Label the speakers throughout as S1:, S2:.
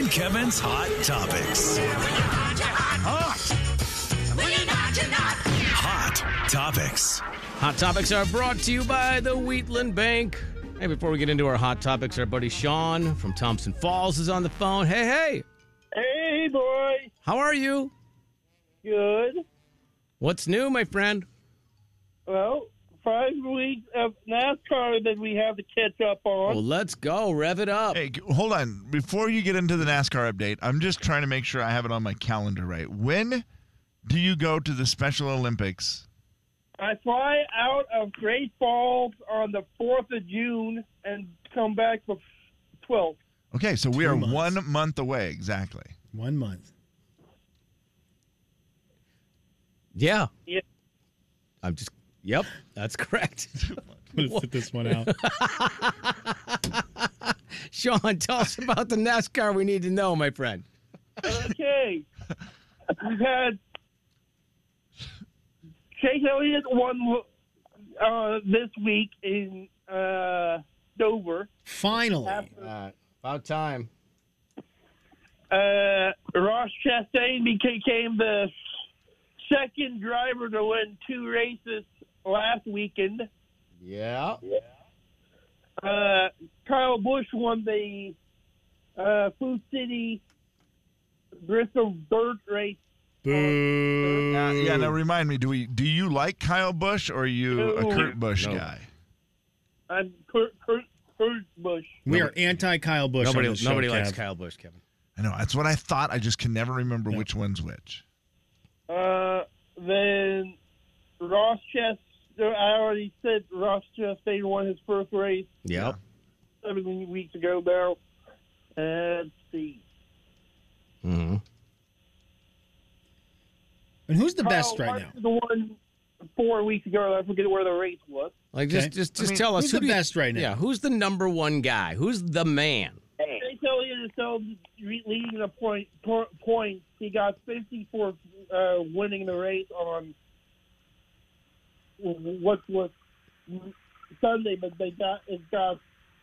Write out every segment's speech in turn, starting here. S1: and Kevin's Hot Topics. Hot Topics.
S2: Hot topics are brought to you by the Wheatland Bank. Hey, before we get into our hot topics, our buddy Sean from Thompson Falls is on the phone. Hey, hey,
S3: Hey, boy.
S2: how are you?
S3: Good.
S2: What's new, my friend?
S3: Well, five weeks of NASCAR that we have to catch up on.
S2: Well, let's go. Rev it up.
S4: Hey, g- hold on. Before you get into the NASCAR update, I'm just trying to make sure I have it on my calendar right. When do you go to the Special Olympics?
S3: I fly out of Great Falls on the 4th of June and come back the 12th.
S4: Okay, so we
S5: Two
S4: are
S5: months.
S4: one month away exactly.
S5: One month.
S2: Yeah.
S3: Yeah.
S2: I'm just, yep, that's correct.
S5: Let's sit this one out.
S2: Sean, tell us about the NASCAR we need to know, my friend.
S3: Okay. We've had Chase Elliott won uh, this week in uh, Dover.
S5: Finally.
S2: about time.
S3: uh, Ross Chastain became the second driver to win two races last weekend.
S2: Yeah.
S3: Uh, Kyle Busch won the uh, Food City Bristol Dirt race.
S5: Boo.
S4: Uh, yeah, now remind me, do we do you like Kyle Bush or are you a
S3: No.
S4: Kurt Bush
S2: No.
S4: guy?
S3: I'm Kurt, Kurt, Kurt Busch.
S5: We are anti Kyle Bush.
S2: Nobody,
S5: on this
S2: nobody
S5: show,
S2: likes
S5: Kev.
S2: Kyle Bush, Kevin.
S4: I know, that's what I thought. I just can never remember which one's which.
S3: Uh, then Ross Chastain. I already said Ross Chastain won his first race.
S2: Yep.
S3: seven weeks ago now. Uh, let's see.
S2: Mm-hmm.
S5: And who's the
S3: Kyle
S5: best right now?
S3: Larson won four weeks ago. I forget where the race was.
S2: Like,
S5: Okay.
S2: just, just, just
S4: mean,
S2: tell us
S5: who's
S2: who
S5: the
S2: do you-
S5: best right now?
S2: Yeah, who's the number one guy? Who's the man?
S3: Chase Elliott is still re- leading the point, po- points. He got 50 for uh, winning the race on what was Sunday, but they got it got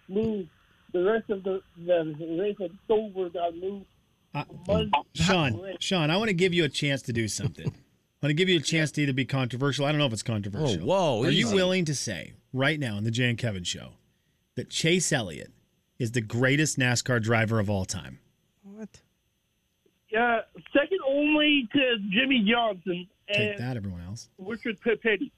S3: moved. The rest of the, the race at Dover got moved
S5: Uh,
S3: Monday.
S5: Sean, Sean, I want to give you a chance to do something. I want to give you a chance to either be controversial. I don't know if it's controversial.
S2: Oh, whoa,
S5: Are you
S2: easy.
S5: willing to say right now on the Jay and Kevin show that Chase Elliott is the greatest NASCAR driver of all time?
S2: What?
S3: Yeah, second only to Jimmy Johnson
S5: Take
S3: and
S5: that, everyone else.
S3: Richard Petty.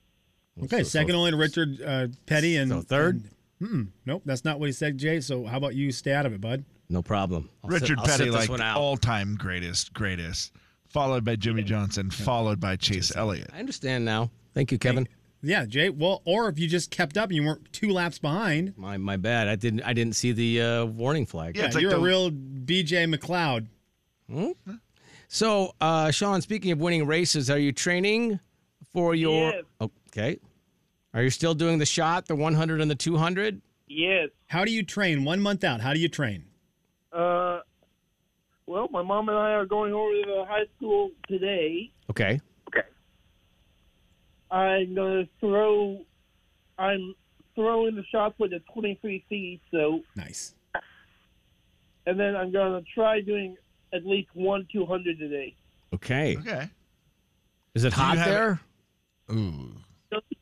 S5: Okay, second only to Richard uh, Petty and
S2: So third?
S5: mm, nope, that's not what he said, Jay. So how about you stay out of it, bud?
S2: No problem. I'll sit-
S4: Richard
S2: I'll sit
S4: Petty
S2: this
S4: like
S2: one out.
S4: all time greatest, greatest, followed by Jimmy Johnson, followed by Chase Elliott.
S2: I understand now. Thank you, Kevin.
S5: Yeah, Jay. Well, or if you just kept up and you weren't two laps behind,
S2: My my bad. I didn't I didn't see the uh, warning flag. Hmm?
S4: Yeah. It's like
S5: you're
S4: the-
S5: a real BJ McLeod.
S2: So, uh, Sean, speaking of winning races, are you training for your?
S3: Yes.
S2: Okay. Are you still doing the shot, the 100 and the 200?
S3: Yes.
S5: How do you train one month out? How do you train?
S3: Uh, well, my mom and I are going over to the high school today.
S2: Okay.
S3: I'm gonna throw. I'm throwing the shot with a 23 feet, so
S5: Nice.
S3: and then I'm gonna try doing at least one 200 today.
S2: Okay.
S4: Okay.
S2: Is it hot
S4: have
S2: there?
S4: Ooh.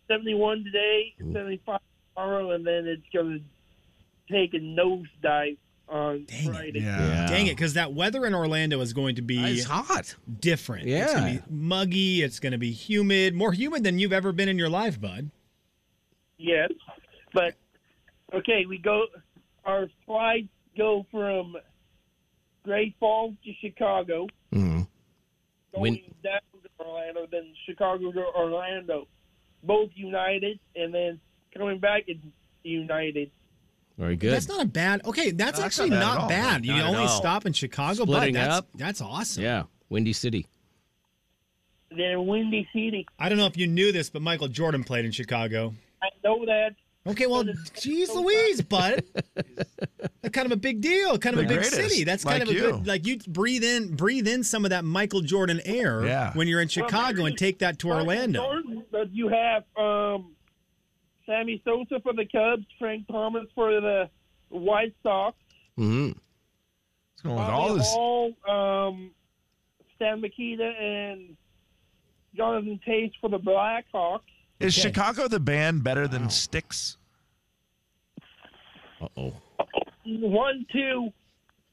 S3: 71 today,
S5: Mm.
S3: 75 tomorrow, and then it's gonna take a nosedive on
S5: Dang it.
S3: Friday.
S4: Yeah.
S5: Dang it, because that weather in Orlando is going to be
S2: It's hot.
S5: different. It's
S2: Yeah.
S5: going to be muggy. It's going to be humid, more humid than you've ever been in your life, bud.
S3: Yes, but okay, we go. Our flights go from Great Falls to Chicago,
S2: hmm
S3: going
S2: When-
S3: down to Orlando, then Chicago to Orlando, both United, and then coming back it's United.
S2: Very good.
S5: That's not a bad. Okay, that's
S4: No, that's
S5: actually
S4: not bad at
S5: not
S4: all.
S5: bad. You
S2: Not at
S5: only
S2: all.
S5: stop in Chicago,
S2: Splitting it
S5: but that's,
S2: up.
S5: that's awesome.
S2: yeah. Windy City.
S3: Then Windy City.
S5: I don't know if you knew this, but Michael Jordan played in Chicago.
S3: I know that.
S5: Okay, well, geez Louise, bud. That's kind of a big deal. Kind of
S4: The
S5: a big
S4: greatest,
S5: city. That's kind
S4: like
S5: of a
S4: you.
S5: good like you breathe in breathe in some of that Michael Jordan air
S4: Yeah.
S5: when you're in Chicago and take that to Orlando.
S3: Jordan, But you have um, Sammy Sosa for the Cubs, Frank Thomas for the White Sox.
S2: hmm
S4: It's going with
S3: Bobby
S4: all this.
S3: Hall, um, Stan Makita, and Jonathan Tate for the Blackhawks.
S4: Is
S5: Okay.
S4: Chicago the band better than Sticks?
S2: Uh oh.
S3: One, two.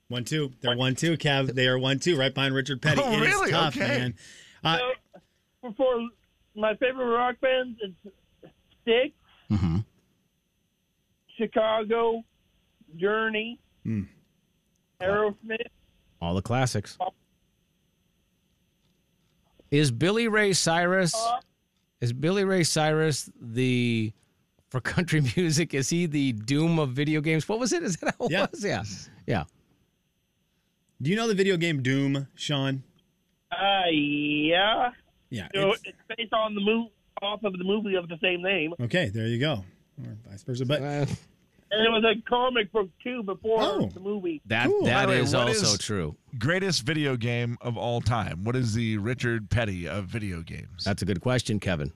S5: One two. They're one two, Kev. They are one two, right behind Richard Petty.
S4: Oh,
S5: It is
S4: really?
S5: tough,
S4: Okay.
S5: man. Uh,
S3: So, for my favorite rock bands, it's Sticks,
S2: Mm-hmm.
S3: Chicago, Journey,
S5: Hmm.
S3: Aerosmith.
S2: All the classics. Is Billy Ray Cyrus is Billy Ray Cyrus the for country music? Is he the doom of video games? What was it? Is that how it
S5: Yeah.
S2: was? Yeah. Yeah.
S5: do you know the video game Doom, Sean?
S3: Uh, yeah.
S5: Yeah.
S3: So
S5: it's-
S3: it's, based on the move off of the movie of the same name,
S5: okay, there you go. Or vice versa. But
S2: Uh,
S3: and it was a comic book too before
S5: Oh.
S3: the movie.
S2: that
S5: Cool.
S2: that
S4: By the way,
S2: is
S4: what
S2: also
S4: is-
S2: true.
S4: Greatest video game of all time. What is the Richard Petty of video games?
S2: That's a good question, Kevin.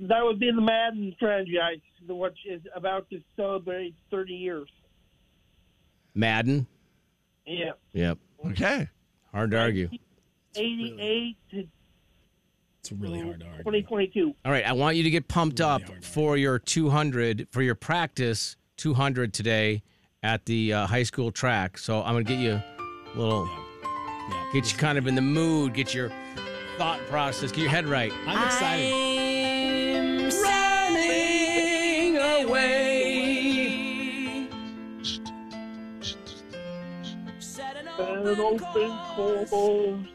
S3: That would be the Madden franchise, the- which is about to celebrate 30 years.
S2: Madden.
S3: Yeah,
S2: Yep.
S4: okay.
S2: Hard to argue.
S3: 88 to
S5: it's really hard to argue.
S3: 2022.
S2: All right, I want you to get pumped up
S5: hard to
S2: for your 200 for your practice 200 today at the uh, high school track. So I'm gonna get you a little,
S5: Yeah.
S2: get you kind of in the mood, get your thought process, get your head right.
S5: I'm excited.
S6: I'm
S2: Running away.
S6: set an
S3: An
S6: open
S3: open
S6: course
S3: call
S6: for the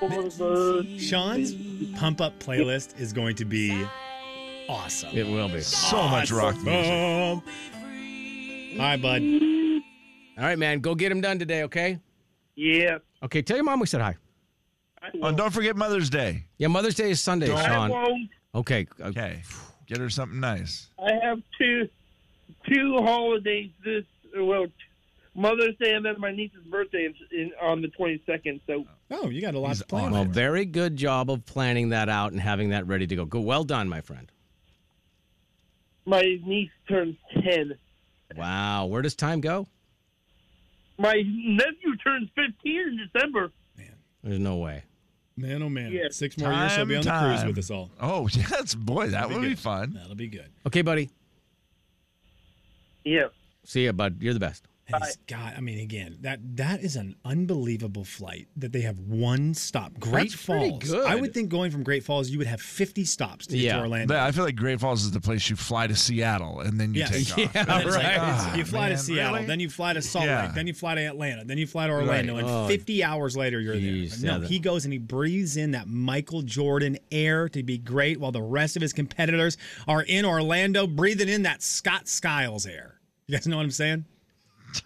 S3: for the birds.
S5: Sean's pump up playlist is going to be awesome.
S2: It will be.
S4: So much rock music.
S5: Boom. All right, bud.
S2: All right, man, go get him done today, okay?
S3: Yeah.
S2: Okay, tell your mom we said hi.
S3: I
S4: Oh, and
S3: won't.
S4: don't forget Mother's Day.
S2: Yeah, Mother's Day is Sunday,
S4: Don't-
S3: I,
S2: Sean.
S3: won't.
S2: Okay, uh,
S4: Okay. Get her something nice.
S3: I have two two holidays this well, t- Mother's Day and then my niece's birthday is in, on the 22nd. So
S5: Oh, you got a lot
S4: He's
S5: to plan.
S4: on
S2: Well,
S5: for.
S2: very good job of planning that out and having that ready to go. Go, well done, my friend.
S3: my niece turns 10.
S2: Wow, where does time go?
S3: My nephew turns 15 in December.
S2: There's no way.
S5: Man, oh man.
S3: Yeah.
S5: Six more years he'll be on the
S4: Time,
S5: cruise
S4: time.
S5: with us all.
S4: Oh, yes. Boy, that would be
S5: good.
S4: fun.
S5: That'll be good.
S2: Okay, buddy.
S3: Yeah.
S2: See ya, bud. You're the best.
S5: And he's got I mean, again, that that is an unbelievable flight that they have one stop. Great
S2: That's pretty
S5: Falls.
S2: good.
S5: I would think going from Great Falls, you would have fifty stops to get
S2: Yeah.
S5: to Orlando.
S4: That- I feel like Great Falls is the place you fly to Seattle and then you
S5: Yeah.
S4: take off.
S5: And then it's like,
S2: right.
S5: it's- you
S4: Ah,
S5: fly to
S4: man,
S5: Seattle,
S4: really?
S5: then you fly to Salt
S4: Yeah.
S5: Lake, then you fly to Atlanta, then you fly to Orlando,
S2: Right.
S5: and
S2: Oh,
S5: 50 hours later you're
S2: geez,
S5: there.
S2: yeah,
S5: But no,
S2: that-
S5: he goes and he breathes in that Michael Jordan air to be great while the rest of his competitors are in Orlando breathing in that Scott Skiles air. You guys know what I'm saying?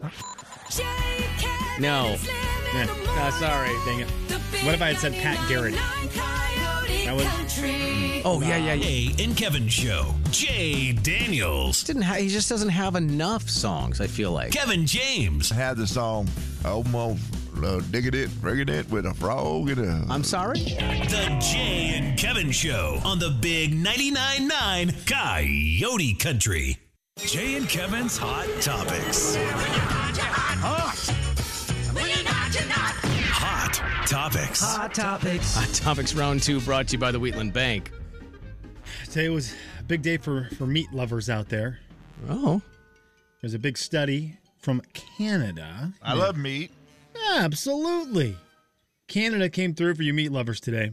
S2: No. Uh, sorry.
S5: Dang it. What if I had said Pat Garrity? That would-
S2: Oh yeah, yeah, yeah.
S1: Jay and Kevin Show. Jay Daniels.
S2: Didn't ha- he just doesn't have enough songs? I feel like.
S1: Kevin James.
S7: I had the song almost uh, digging it, friggin' it with a frog and a.
S2: I'm sorry.
S1: The Jay and Kevin Show on the big 99.9 9 Coyote Country. Jay and Kevin's Hot Topics. Hot Topics.
S2: Hot topics round two brought to you by the Wheatland Bank.
S5: Today was a big day for, for meat lovers out there.
S2: Oh,
S5: There's a big study from Canada.
S4: I love meat.
S5: Absolutely. Canada came through for you meat lovers today.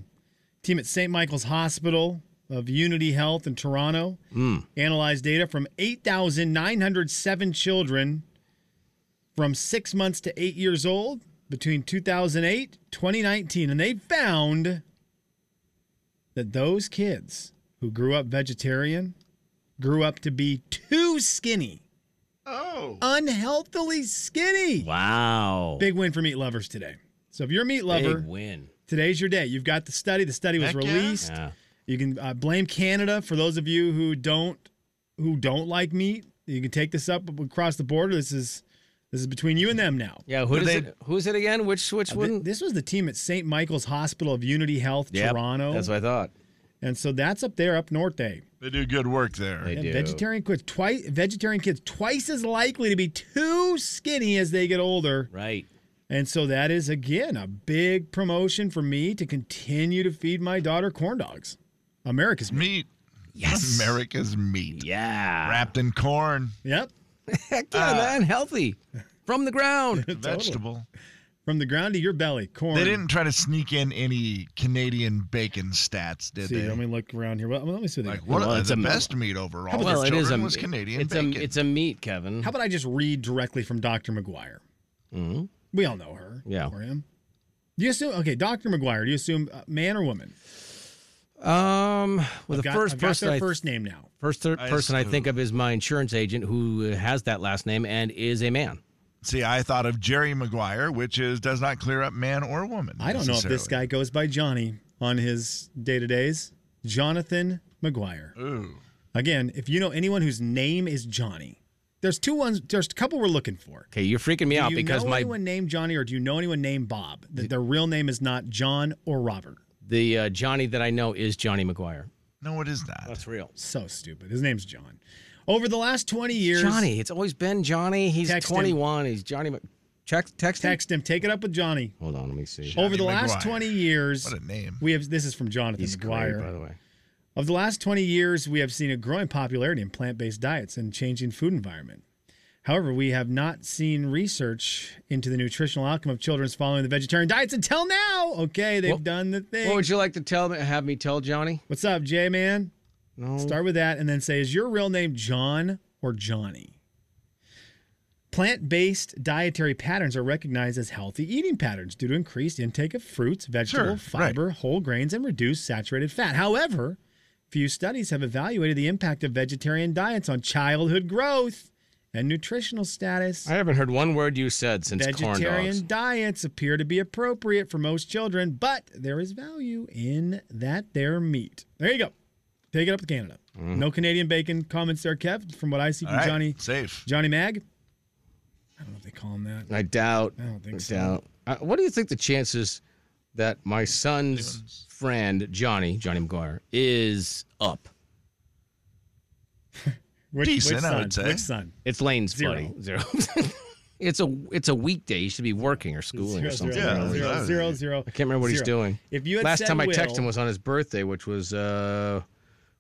S5: Team at St. Michael's Hospital of Unity Health in Toronto analyzed data from 8,907 children from six months to eight years old between 2008 2019 and they found that those kids who grew up vegetarian grew up to be too skinny
S4: Oh.
S5: unhealthily skinny
S2: wow.
S5: Big win for meat lovers today. So if you're a meat lover,
S2: Big win.
S5: today's your day. You've got the study. The study was
S4: Heck yeah.
S5: released.
S2: Yeah.
S5: You can uh, blame Canada for those of you who don't who don't like meat. You can take this up across the border. This is this is between you and them now.
S2: Yeah. Who is
S4: they-
S2: it? Who's it again? Which which
S5: Th-
S2: one?
S5: This was the team at St. Michael's Hospital of Unity Health,
S2: Yep,
S5: Toronto.
S2: That's what I thought.
S5: And so that's up there, up north day.
S4: They do good work there.
S2: They
S5: And
S2: do.
S5: vegetarian kids twice vegetarian kids twice as likely to be too skinny as they get older.
S2: Right.
S5: And so that is again a big promotion for me to continue to feed my daughter corn dogs. America's meat.
S4: Meat.
S2: Yes.
S4: America's meat.
S2: Yeah.
S4: Wrapped in corn.
S5: Yep.
S2: Heck yeah, man. Healthy. From the ground.
S4: It's a vegetable.
S5: From the ground to your belly, corn.
S4: They didn't try to sneak in any Canadian bacon stats, did
S5: see.
S4: they?
S5: Let me look around here. Well, let me see. what they
S4: like
S5: got.
S4: what
S2: Well, it's
S4: the
S2: a-
S4: best meat overall.
S2: well,
S4: for
S2: it is a
S4: children was Canadian
S2: it's
S4: bacon.
S2: a it's a meat, Kevin.
S5: How about I just read directly from Dr. McGuire?
S2: Mhm.
S5: We all know her.
S2: Yeah.
S5: Or him. Do you assume, okay, Dr. McGuire, do you assume uh, man or woman?
S2: Um, well, the
S5: Got-
S2: 1st
S5: I've got
S2: person
S5: their
S2: I
S5: first name now.
S2: first thir-
S4: I
S2: person I
S4: assume.
S2: think of is my insurance agent who has that last name and is a man.
S4: See, I thought of Jerry Maguire, which is does not clear up man or woman.
S5: I don't know if this guy goes by Johnny on his day to days. Jonathan McGuire.
S4: necessarily. Ooh.
S5: Again, if you know anyone whose name is Johnny, there's two ones, there's a couple we're looking for.
S2: Okay, you're freaking me
S5: Do
S2: out
S5: you
S2: because
S5: know
S2: my
S5: anyone named Johnny or do you know anyone named Bob? That their real name is not John or Robert.
S2: the uh, Johnny that I know is Johnny McGuire.
S4: No, it is not.
S2: real.
S5: So stupid. His name's John. Over the last 20 years,
S2: Johnny. It's always been Johnny. He's
S5: Text him.
S2: 21. He's Johnny. Mc- Check, text, him?
S5: text him, take it up with Johnny.
S2: Hold on, let me see.
S5: Over the last
S4: McGuire.
S5: 20 years,
S4: What a name.
S5: we have this is from Jonathan
S2: He's great, by
S5: McGuire.
S2: the way.
S5: Of the last 20 years, we have seen a growing popularity in plant-based diets and changing food environment. However, we have not seen research into the nutritional outcome of children's following the vegetarian diets until now. Okay, they've
S2: Well,
S5: done the thing.
S2: What would you like to tell me? Have me tell Johnny?
S5: What's up, Jay man?
S2: No.
S5: Start with that and then say, is your real name John or Johnny? Plant based dietary patterns are recognized as healthy eating patterns due to increased intake of fruits, vegetables,
S4: Sure, right.
S5: fiber, whole grains, and reduced saturated fat. However, few studies have evaluated the impact of vegetarian diets on childhood growth and nutritional status.
S2: I haven't heard one word you said since corn dogs.
S5: Vegetarian diets appear to be appropriate for most children, but there is value in that their meat. There you go. Take it up to Canada.
S2: Mm.
S5: No Canadian bacon comments there, Kev. From what I see
S4: All
S5: from
S4: right,
S5: Johnny
S4: Safe.
S5: Johnny Mag. I don't know if they call him that.
S2: I doubt.
S5: I don't think so.
S2: doubt. Uh, what do you think the chances that my son's friend Johnny Johnny McGuire is up?
S5: Which,
S4: Decent,
S5: which
S4: I
S5: son?
S4: would say.
S5: Which son?
S2: It's Lane's
S5: Zero.
S2: buddy. Zero. it's a it's a weekday. He should be working or schooling
S5: Zero,
S2: or something.
S5: zero,
S4: Yeah,
S5: zero,
S4: exactly.
S5: zero, zero.
S2: I can't remember what he's
S5: Zero.
S2: doing.
S5: If you had
S2: Last
S5: said
S2: time I
S5: Will-
S2: texted him was on his birthday, which was uh,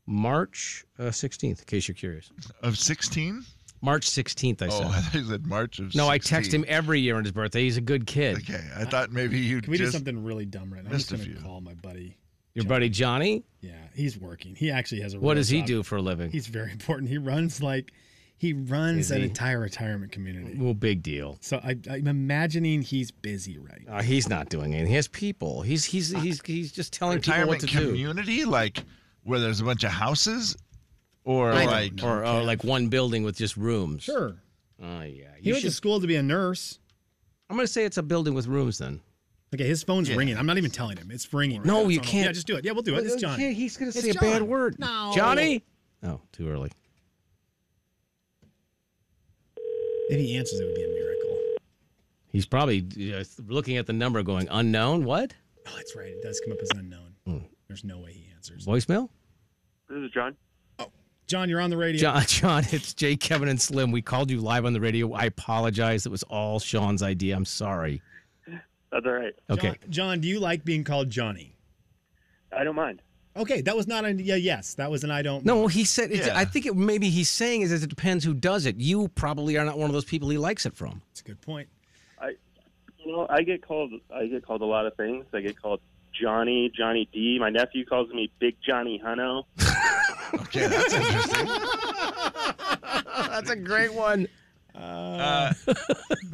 S2: March uh, 16th. In case you're curious,
S4: Of 16?
S2: March 16th. I
S4: Oh,
S2: said.
S4: I thought you said March of
S2: no, I
S4: 16.
S2: text him every year on his birthday. He's a good kid.
S4: Okay, I thought maybe you
S5: Can we do
S4: just
S5: something really dumb right now? I'm
S4: missed
S5: just
S4: a
S5: going to
S4: few.
S5: call my buddy.
S2: Your buddy Johnny.
S5: Yeah, he's working. He actually has a.
S2: What
S5: real
S2: does he
S5: job.
S2: do for a living?
S5: He's very important. He runs like, he runs
S2: Is
S5: an
S2: he?
S5: entire retirement community.
S2: well, big deal.
S5: So I, I'm imagining he's busy right now.
S2: Uh, he's not doing anything. He has people. He's he's he's he's just telling people what
S4: retirement
S2: to do.
S4: community, like where there's a bunch of houses, or
S5: I don't
S4: like
S5: know.
S2: Or, or like one building with just rooms.
S5: Sure.
S2: Oh yeah.
S5: He
S2: You
S5: went
S2: should,
S5: to school to be a nurse.
S2: I'm gonna say it's a building with rooms then.
S5: Okay, his phone's ringing. I'm not even telling him. It's ringing. right
S2: No,
S5: now. It's
S2: you
S5: on hold.
S2: can't.
S5: Yeah, just do it. Yeah, we'll do it. It's John.
S2: Yeah, he's gonna
S5: It's
S2: say a bad
S5: John.
S2: word.
S5: No.
S2: Johnny. Oh, too early.
S5: If he answers, it would be a miracle. Oh,
S2: He's probably uh, looking at the number, going unknown. What
S5: Oh, that's right. It does come up as unknown.
S2: Hmm.
S5: There's no way he answers.
S2: voicemail?
S3: This is John.
S5: John, you're on the radio.
S2: John, John, it's Jay, Kevin, and Slim. We called you live on the radio. I apologize. It was all Sean's idea. I'm sorry.
S3: That's all right.
S2: Okay.
S5: John, John, do you like being called Johnny?
S3: I don't mind.
S5: Okay, that was not a yeah, yes. That was an I don't.
S2: No, he said. It,
S4: Yeah.
S2: I think it, maybe he's saying is, is it depends who does it. You probably are not one of those people he likes it from.
S5: That's a good point.
S3: You know, I get called I get called a lot of things. I get called Johnny, Johnny D. My nephew calls me Big Johnny Hunno.
S4: okay, that's interesting.
S2: That's a great one.
S4: Uh,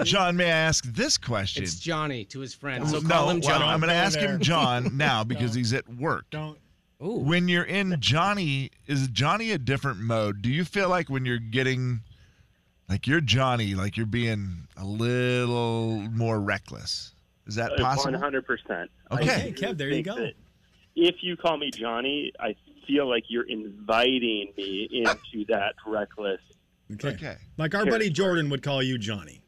S4: John, may I ask this question?
S2: It's Johnny to his friend. So call
S4: no,
S2: him
S4: well, I'm
S2: John.
S4: going to
S5: Go
S4: ask
S5: there.
S4: him John now because he's at work.
S5: Don't.
S2: Ooh.
S4: When you're in Johnny, is Johnny a different mode? Do you feel like when you're getting, like you're Johnny, like you're being a little more reckless? Is that
S8: Uh,
S3: One
S4: possible?
S3: hundred percent.
S5: Hey,
S4: Okay.
S5: Kev, there you
S3: think
S5: go.
S3: that If you call me Johnny, I feel like you're inviting me into that reckless.
S5: Okay.
S4: Okay.
S5: Like our buddy Jordan would call you Johnny.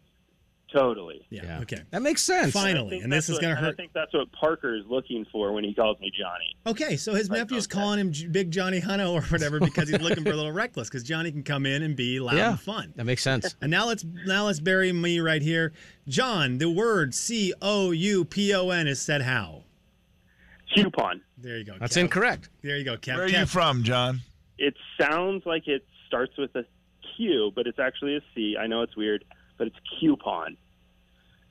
S9: Totally.
S5: Yeah.
S2: Yeah.
S5: Okay.
S2: That makes
S5: And
S2: sense.
S5: Finally,
S9: think
S5: and this is
S9: that's what-
S5: going to
S9: and I
S5: hurt.
S9: think that's what Parker is looking for when he calls me Johnny.
S5: Okay, so his
S9: Right,
S5: nephew's
S9: okay.
S5: calling him J- Big Johnny Hunno or whatever because he's looking for a little reckless because Johnny can come in and be loud
S2: Yeah.
S5: and fun.
S2: That makes sense.
S5: And now let's now let's bury me right here. John, the word C O U P O N is said how?
S9: Coupon.
S5: There you go.
S2: That's
S5: Kev.
S2: incorrect.
S5: There you go, Kev.
S4: Where are
S5: Kev,
S4: you from, John?
S9: It sounds like it starts with a Q, but it's actually a C. I know it's weird, but it's coupon.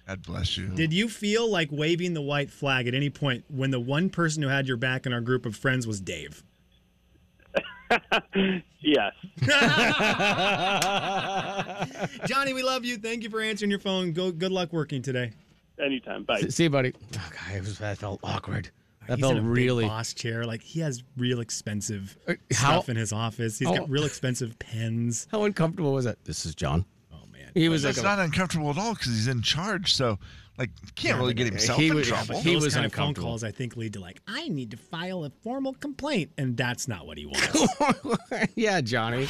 S4: God bless you.
S5: Did you feel like waving the white flag at any point when the one person who had your back in our group of friends was Dave?
S9: Yes.
S5: Johnny, we love you. Thank you for answering your phone. Go, good luck working today.
S9: Anytime. Bye.
S2: See you, buddy. Oh, God, it was, that felt awkward. That
S5: He's in
S2: felt
S5: a big
S2: really.
S5: boss chair. Like he has real expensive
S2: Uh, how-
S5: stuff in his office. He's
S2: Oh.
S5: got real expensive pens.
S2: How uncomfortable was that? This is John.
S5: Oh man.
S2: He was
S4: That's
S2: like a-
S4: not uncomfortable at all because he's in charge. So, like, can't really get himself
S2: he
S4: in
S2: was-
S4: trouble.
S2: he
S5: Those
S2: was
S5: kind of phone
S2: uncomfortable.
S5: calls I think lead to like I need to file a formal complaint, and that's not what he wants.
S2: yeah, Johnny.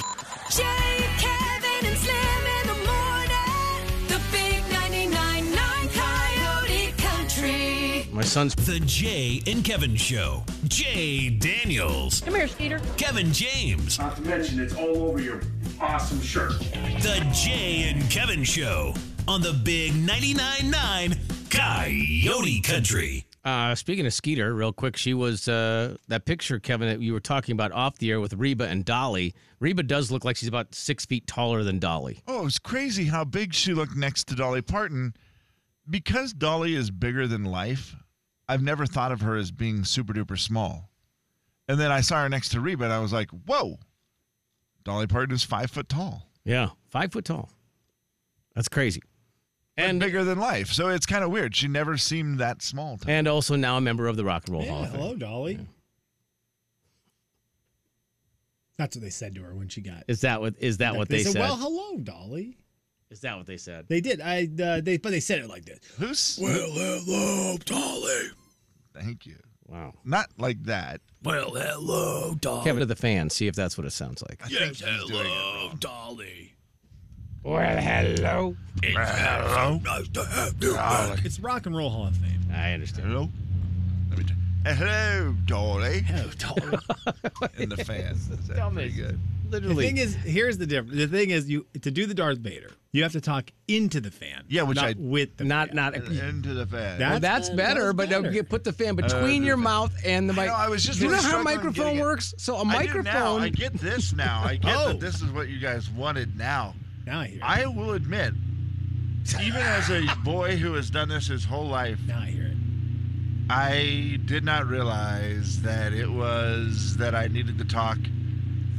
S6: Jay, Kevin, and Slim in the morning. The big 99.9 Coyote Country.
S2: My son's.
S1: The Jay and Kevin Show. Jay Daniels. Come here, Skeeter. Kevin James.
S8: Not to mention, it's all over your awesome shirt.
S1: The Jay and Kevin Show on the Big 99.9 Coyote Country.
S2: Uh, speaking of Skeeter, real quick, she was uh, that picture, Kevin, that you were talking about off the air with Reba and Dolly. Reba does look like she's about six feet taller than Dolly.
S4: Oh, it was crazy how big she looked next to Dolly Parton. Because Dolly is bigger than life, I've never thought of her as being super duper small. And then I saw her next to Reba and I was like, whoa, Dolly Parton is five foot tall.
S2: Yeah, five foot tall. That's crazy.
S4: And
S2: And
S4: bigger than life. So it's kind of weird. She never seemed that small to me.
S2: and also now a member of the Rock and Roll Hall
S5: yeah,
S2: of Fame.
S5: hello, Dolly. That's what they said to her when she got.
S2: Is that what is that what they, said?
S5: Well, hello, Dolly.
S2: is that what they said?
S5: They did. I uh, they but they said it like this.
S4: Who's.
S5: Well, hello, Dolly.
S4: Thank you.
S2: Wow.
S4: Not like that.
S8: Well, hello, Dolly.
S2: Kevin to the fans, see if that's what it sounds like.
S8: Yes, hello, Dolly.
S2: Well, hello.
S8: Hello. Nice to have you. back.
S5: It's Rock and Roll Hall of Fame.
S2: I understand.
S4: Hello? Let me t- Hello, Dolly.
S5: Hello, Dolly.
S4: And the fans. That's pretty
S2: Dumbest.
S4: good.
S5: the
S2: Literally.
S5: thing is, here's the difference. The thing is, you to do the Darth Vader, you have to talk into the fan.
S4: Yeah, which
S5: not
S4: I-
S5: with the
S2: not
S5: fan.
S2: not
S4: And into the fans.
S5: That-
S2: Well, that's
S5: That's
S2: better,
S5: better.
S2: but don't get put the fan between
S4: Uh,
S2: your mouth and the
S4: I
S2: mic.
S4: know, I was just
S2: you
S4: really
S2: know how a
S4: struggling
S2: microphone
S4: getting it.
S2: works. So a
S4: I do now.
S2: microphone.
S4: I get this now. I get
S5: Oh.
S4: that this is what you guys wanted now.
S5: Now I hear. it.
S4: I will admit, even as a boy who has done this his whole life,
S5: now I hear it.
S4: I did not realize that it was that I needed to talk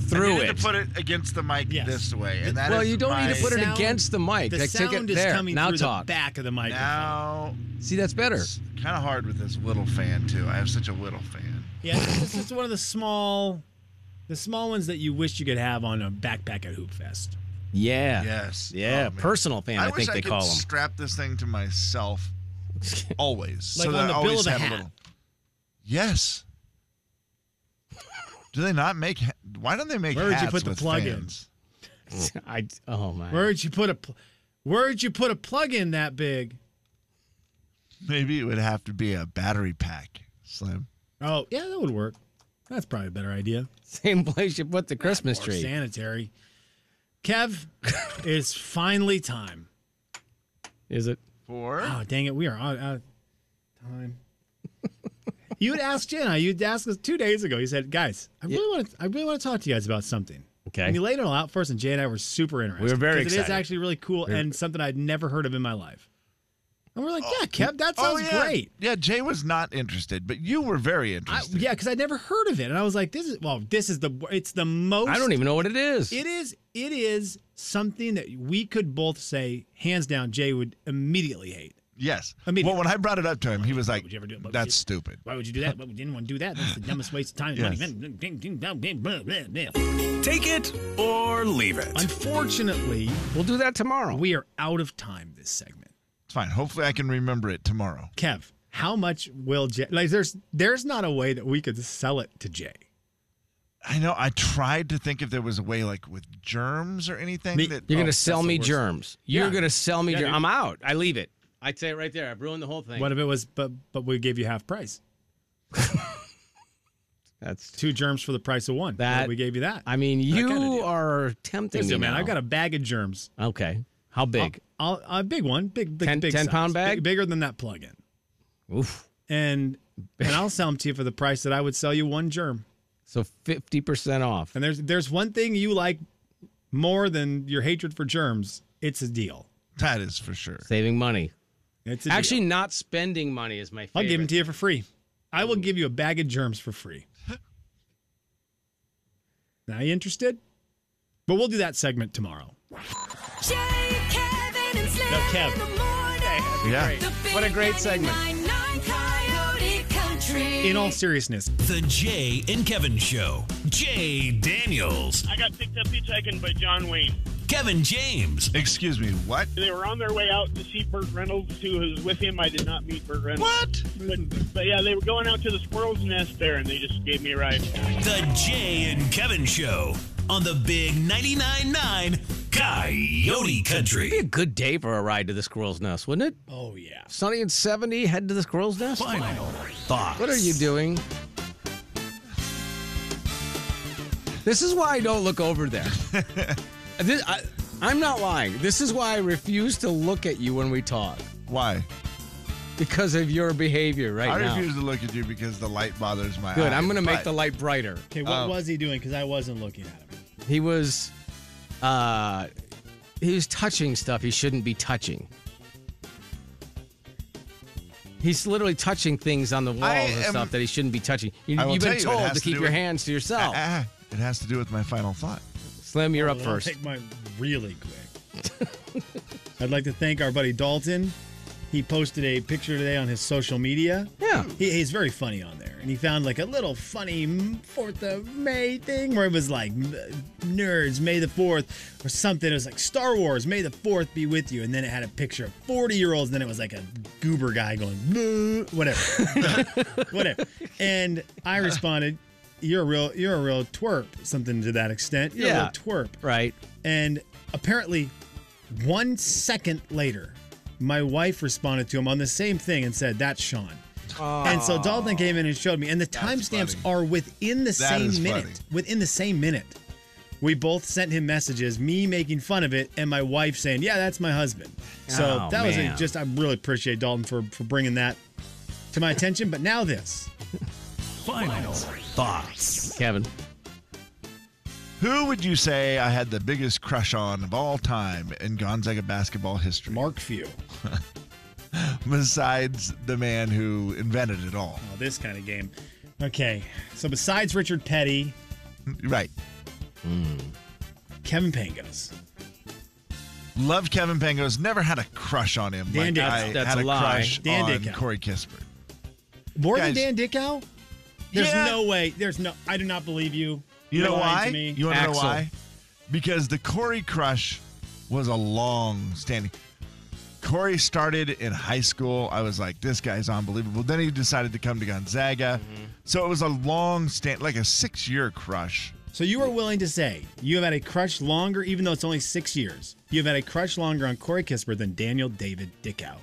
S2: Through
S4: I needed
S2: it.
S4: to put it against the mic
S5: Yes.
S4: this way, and that is
S2: well, you don't need
S4: my-
S2: to put it
S5: Sound-
S2: against the mic.
S5: The
S2: like,
S5: sound
S2: take it
S5: is
S2: there.
S5: coming
S2: now
S5: through
S2: talk.
S5: the back of the microphone.
S4: now.
S2: See, that's better.
S4: It's kind of hard with this little fan too. I have such a little fan.
S5: Yeah, it's just, it's one of the small, the small ones that you wish you could have on a backpack at Hoop Fest.
S2: Yeah.
S4: Yes.
S2: Yeah.
S4: Oh, man.
S2: Personal fan, I,
S4: I, wish
S2: think
S4: I
S2: they
S4: could
S2: call them.
S4: strap this thing to myself always.
S5: Like
S4: so
S5: on
S4: that
S5: the
S4: I
S5: bill
S4: always
S5: of a
S4: have
S5: hat.
S4: a little. Yes. Do they not make? ha- Why don't they make
S5: Where would you
S4: hats
S5: put the
S4: with
S5: plug in?
S4: fans?
S2: I, oh, my.
S5: Where'd you put a, pl- where'd you put a plug in that big?
S4: Maybe it would have to be a battery pack, Slim.
S5: Oh, yeah, that would work. That's probably a better idea.
S2: Same place you put the Christmas
S5: More
S2: tree.
S5: sanitary. Kev, it's finally time.
S2: Is it?
S4: Four.
S5: Oh, dang it, we are out out of time. you had asked Jenna. You'd asked us two days ago. You said, "Guys, I really want to. I really want to talk to you guys about something."
S2: Okay.
S5: And you laid it all out for us, and Jay and I were super interested.
S2: We were very
S5: 'cause It is
S2: excited.
S5: actually really cool and something I'd never heard of in my life. And we're like, "Yeah, Kev, that
S4: Oh,
S5: sounds
S4: yeah.
S5: great."
S4: Yeah, Jay was not interested, but you were very
S5: I,
S4: interested.
S5: yeah, because I'd never heard of it, and I was like, "This is well, this is the it's the most."
S2: I don't even know what it is.
S5: It is it is something that we could both say hands down. Jay would immediately hate.
S4: Yes.
S5: I mean-
S4: well, when I brought it up to him, he was like,
S5: would you ever do it? What would
S4: "That's
S5: you-
S4: stupid."
S5: Why would you do that? Why would anyone do that? That's the dumbest waste of time
S4: Yes.
S5: and money.
S1: Take it or leave it.
S5: Unfortunately,
S2: we'll do that tomorrow.
S5: we are out of time this segment.
S4: It's fine. Hopefully, I can remember it tomorrow.
S5: Kev, how much will Jay like there's there's not a way that we could sell it to Jay.
S4: I know. I tried to think if there was a way, like with germs or anything.
S5: Me-
S4: that
S2: You're
S4: oh,
S2: gonna sell
S5: that's
S2: me
S5: the worst.
S2: germs. You're
S5: Yeah.
S2: gonna sell me
S5: Yeah,
S2: germs.
S5: dude.
S2: I'm out. I leave it. I'd say it right there. I've ruined the whole thing.
S5: What if it was, but but we gave you half price,
S2: That's.
S5: two germs for the price of one. What if
S2: That-
S5: we gave you that.
S2: I mean, you
S5: kinda deal.
S2: are tempting
S5: Listen,
S2: me,
S5: man,
S2: now.
S5: I've got a bag of germs.
S2: Okay. How big?
S5: I'll, a big one, big, big,
S2: Ten-
S5: big,
S2: 10
S5: size.
S2: pound bag?
S5: Big- bigger than that plug-in,
S2: Oof.
S5: and and I'll sell them to you for the price that I would sell you one germ.
S2: So fifty percent off.
S5: And there's there's one thing you like more than your hatred for germs. It's a deal.
S4: that is for sure.
S2: Saving money.
S5: It's a deal.
S2: Actually, not spending money is my favorite.
S5: I'll give them to you for free. I will give you a bag of germs for free. now you interested? But we'll do that segment tomorrow.
S6: Jay, Kevin, and Slim
S5: No, Kev.
S6: in the morning.
S4: Yeah.
S6: The big
S2: What a great segment.
S6: 99.9 Coyote Country.
S5: In all seriousness,
S1: The Jay and Kevin Show. Jay Daniels,
S9: I got picked up hitchhiking by John Wayne.
S1: Kevin James,
S4: Excuse me. What?
S9: They were on their way out to see Burt Reynolds, who was with him. I did not meet Burt Reynolds.
S4: What?
S9: But, but yeah, they were going out to the squirrel's nest there, and they just gave me a ride.
S1: The Jay and Kevin Show on the Big 99.9 9 Coyote
S2: It'd
S1: Country.
S2: be a good day for a ride to the squirrel's nest, wouldn't it?
S5: oh yeah.
S2: Sunny and seventy. Head to the squirrel's nest.
S1: Final thoughts.
S2: What are you doing? This is why I don't look over there. this, I, I'm not lying. This is why I refuse to look at you when we talk
S4: Why?
S2: because of your behavior right
S4: I
S2: now.
S4: refuse to look at you because the light bothers my eyes.
S2: Good. I'm going to make
S4: but
S2: the light brighter.
S5: Okay, what was he doing? Because I wasn't looking at him.
S2: He was, uh, he was touching stuff he shouldn't be touching. He's literally touching things on the walls
S4: I
S2: and
S4: am-
S2: stuff that he shouldn't be touching. You,
S4: I will
S2: have
S4: tell
S2: been
S4: you, it
S2: told
S4: has
S2: to
S4: to
S2: keep
S4: do
S2: your
S4: with-
S2: hands to yourself.
S4: Ah, it has to do with my final thought.
S2: Slim, you're up
S4: Oh,
S5: Well, I'll
S2: first.
S5: Take mine really quick. I'd like to thank our buddy Dalton. He posted a picture today on his social media.
S2: Yeah.
S5: He, he's very funny on there, and he found like a little funny m- Fourth of May thing where it was like m- nerds May the Fourth or something. It was like Star Wars May the Fourth be with you, and then it had a picture of forty year olds, and then it was like a goober guy going "Bleh," whatever, whatever. And I responded, "You're a real, you're a real twerp," something to that extent. You're
S2: Yeah.
S5: a real twerp.
S2: Right.
S5: And apparently, one second later, my wife responded to him on the same thing and said, That's Sean. And so Dalton came in and showed me, and the timestamps
S4: funny.
S5: are within the
S4: is
S5: same minute.
S4: funny.
S5: Within the same minute. We both sent him messages, me making fun of it, and my wife saying, Yeah, that's my husband. So
S2: Oh,
S5: that was a,
S2: man.
S5: just, I really appreciate Dalton for, for bringing that to my attention. But now this.
S1: Final thoughts.
S2: Kevin.
S4: Who would you say I had the biggest crush on of all time in Gonzaga basketball history?
S5: Mark Few.
S4: Besides the man who invented it all.
S5: Oh, this kind of game. Okay. So besides Richard Petty,
S4: Right.
S5: Kevin Pangos.
S4: Love Kevin Pangos. Never had a crush on him.
S5: Dan
S4: like
S5: Dick-
S4: I
S2: that's
S4: had
S2: a
S4: a,
S2: lie.
S4: crush
S5: Dan
S4: on
S5: Dick out.
S4: Corey Kispert.
S5: More
S4: Guys.
S5: than Dan Dickow? There's
S4: Yeah.
S5: no way. There's no. I do not believe you.
S4: You
S5: You're
S4: know
S5: lying
S4: why?
S5: To me.
S4: You want to know
S2: Axel.
S4: why? Because the Corey crush was a long standing. Corey started in high school. I was like, this guy's unbelievable. Then he decided to come to Gonzaga.
S5: Mm-hmm.
S4: So it was a long stand, like a six year crush.
S5: so you are willing to say you have had a crush longer, even though it's only six years. You have had a crush longer on Corey Kispert than Daniel David Dickow.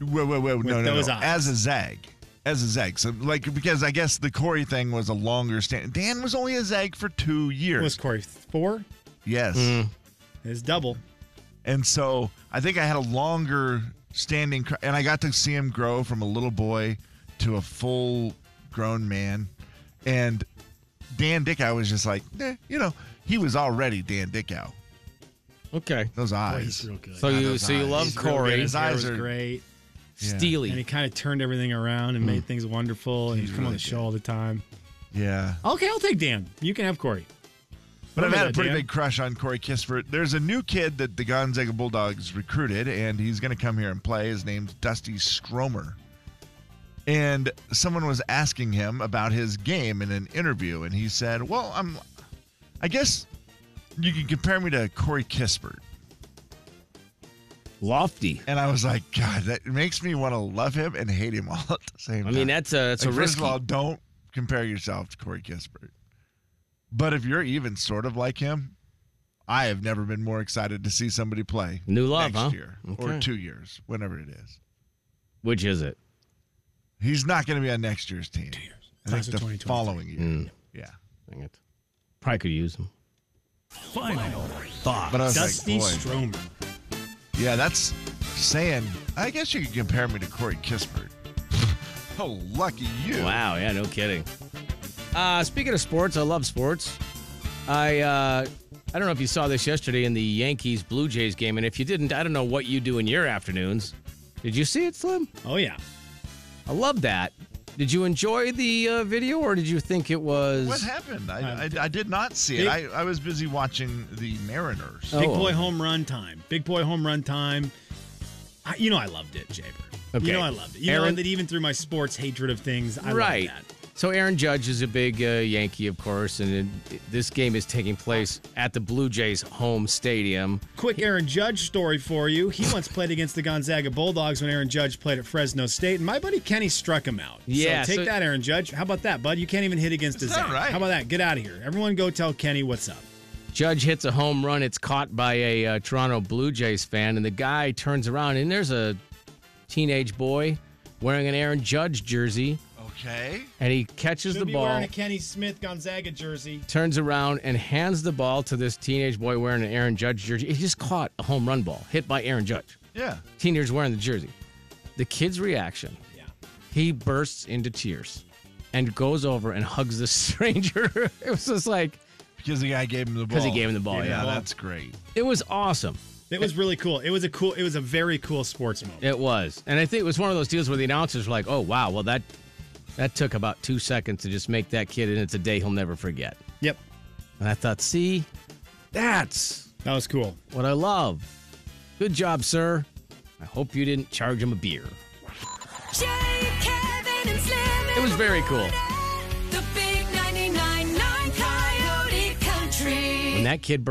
S4: Whoa, whoa, whoa. No, no,
S5: those
S4: no.
S5: eyes.
S4: As a zag. As a zag. So, like, because I guess the Corey thing was a longer stand. Dan was only a zag for two years.
S5: Was Mm-hmm. Corey four?
S4: yes.
S5: Is double.
S4: And so I think I had a longer standing, cr- and I got to see him grow from a little boy to a full grown man. And Dan Dickow was just like, eh, you know, he was already Dan Dickow.
S2: Okay.
S4: Those eyes.
S5: He's real good.
S2: So you
S4: those
S2: so you
S4: eyes.
S2: love
S4: He's
S5: Real good.
S2: Corey
S5: His
S4: eyes
S5: eyes
S4: are-
S5: are great,
S4: Yeah.
S5: and he
S2: Steely.
S5: kind of turned everything around and made things wonderful. And
S4: Mm. He's
S5: he's come on
S4: really
S5: the show
S4: good.
S5: all the time.
S4: Yeah.
S5: Okay, I'll take Dan. You can have Corey.
S4: But I've
S5: Remember
S4: had a
S5: that,
S4: pretty
S5: Dan?
S4: big crush on Corey Kispert. There's a new kid that the Gonzaga Bulldogs recruited, and he's going to come here and play. His name's Dusty Stromer. And someone was asking him about his game in an interview, and he said, "Well, I'm, I guess you can compare me to Corey Kispert."
S2: Lofty.
S4: And I was like, "God, that makes me want to love him and hate him all at the same time."
S2: I mean that's a that's
S4: Like,
S2: a
S4: first
S2: risky.
S4: of all, don't compare yourself to Corey Kispert. But if you're even sort of like him, I have never been more excited to see somebody play
S2: New love,
S4: next
S2: huh?
S4: year or
S2: Okay.
S4: two years, whenever it is.
S2: Which is it?
S4: He's not going to be on next year's team. I think
S5: Class of
S4: the
S5: 2023.
S4: following year.
S2: Hmm.
S4: Yeah.
S2: Dang it. Probably could use him.
S1: Final thought.
S4: But I was
S5: Dusty
S4: like, boy,
S5: Stroman.
S4: yeah, that's saying. I guess you could compare me to Corey Kispert. oh, lucky you!
S2: Wow, yeah, no kidding. Uh, speaking of sports, I love sports. I uh, I don't know if you saw this yesterday in the Yankees Blue Jays game, and if you didn't, I don't know what you do in your afternoons. Did you see it, Slim?
S5: Oh yeah.
S2: I love that. Did you enjoy the uh, video, or did you think it was?
S4: What happened? I, I, I did not see it. I, I was busy watching the Mariners.
S5: Big
S2: Oh.
S5: boy home run time. Big boy home run time. I, you know I loved it, Jaber.
S2: Okay.
S5: You know I loved it. You
S2: Aaron-
S5: know that even through my sports hatred of things, I
S2: right.
S5: love that.
S2: So Aaron Judge is a big uh, Yankee, of course, and it, this game is taking place at the Blue Jays' home stadium.
S5: Quick Aaron Judge story for you. He once played against the Gonzaga Bulldogs when Aaron Judge played at Fresno State, and my buddy Kenny struck him out.
S2: Yeah,
S5: So take
S2: so-
S5: that, Aaron Judge. How about that, bud? You can't even hit against his
S4: Is that
S5: end.
S4: right?
S5: How about that? Get out of here. Everyone go tell Kenny what's up.
S2: Judge hits a home run. It's caught by a uh, Toronto Blue Jays fan, and the guy turns around, and there's a teenage boy wearing an Aaron Judge jersey,
S4: Okay.
S2: and he catches
S5: Should
S2: the
S5: be
S2: ball,
S5: wearing a Kenny Smith Gonzaga jersey.
S2: turns around, and hands the ball to this teenage boy wearing an Aaron Judge jersey. He just caught a home run ball hit by Aaron Judge.
S4: Yeah.
S2: Teenagers wearing the jersey. The kid's reaction
S5: Yeah.
S2: he bursts into tears and goes over and hugs the stranger. it was just like,
S4: Because the guy gave him the ball.
S2: 'Cause he gave him the ball, yeah.
S4: that's great.
S2: it was awesome.
S5: It was really cool. It was a cool. It was a very cool sports moment.
S2: It was, and I think it was one of those deals where the announcers were like, "Oh wow, well that that took about two seconds to just make that kid, and it's a day he'll never forget."
S5: Yep,
S2: And I thought, see, that's
S5: that was cool.
S2: what I love. Good job, sir. I hope you didn't charge him a beer.
S6: Jay, Kevin, and Slim. in
S2: It was
S6: the
S2: very cool.
S6: morning. The big 99.9 Coyote Country.
S2: When that kid.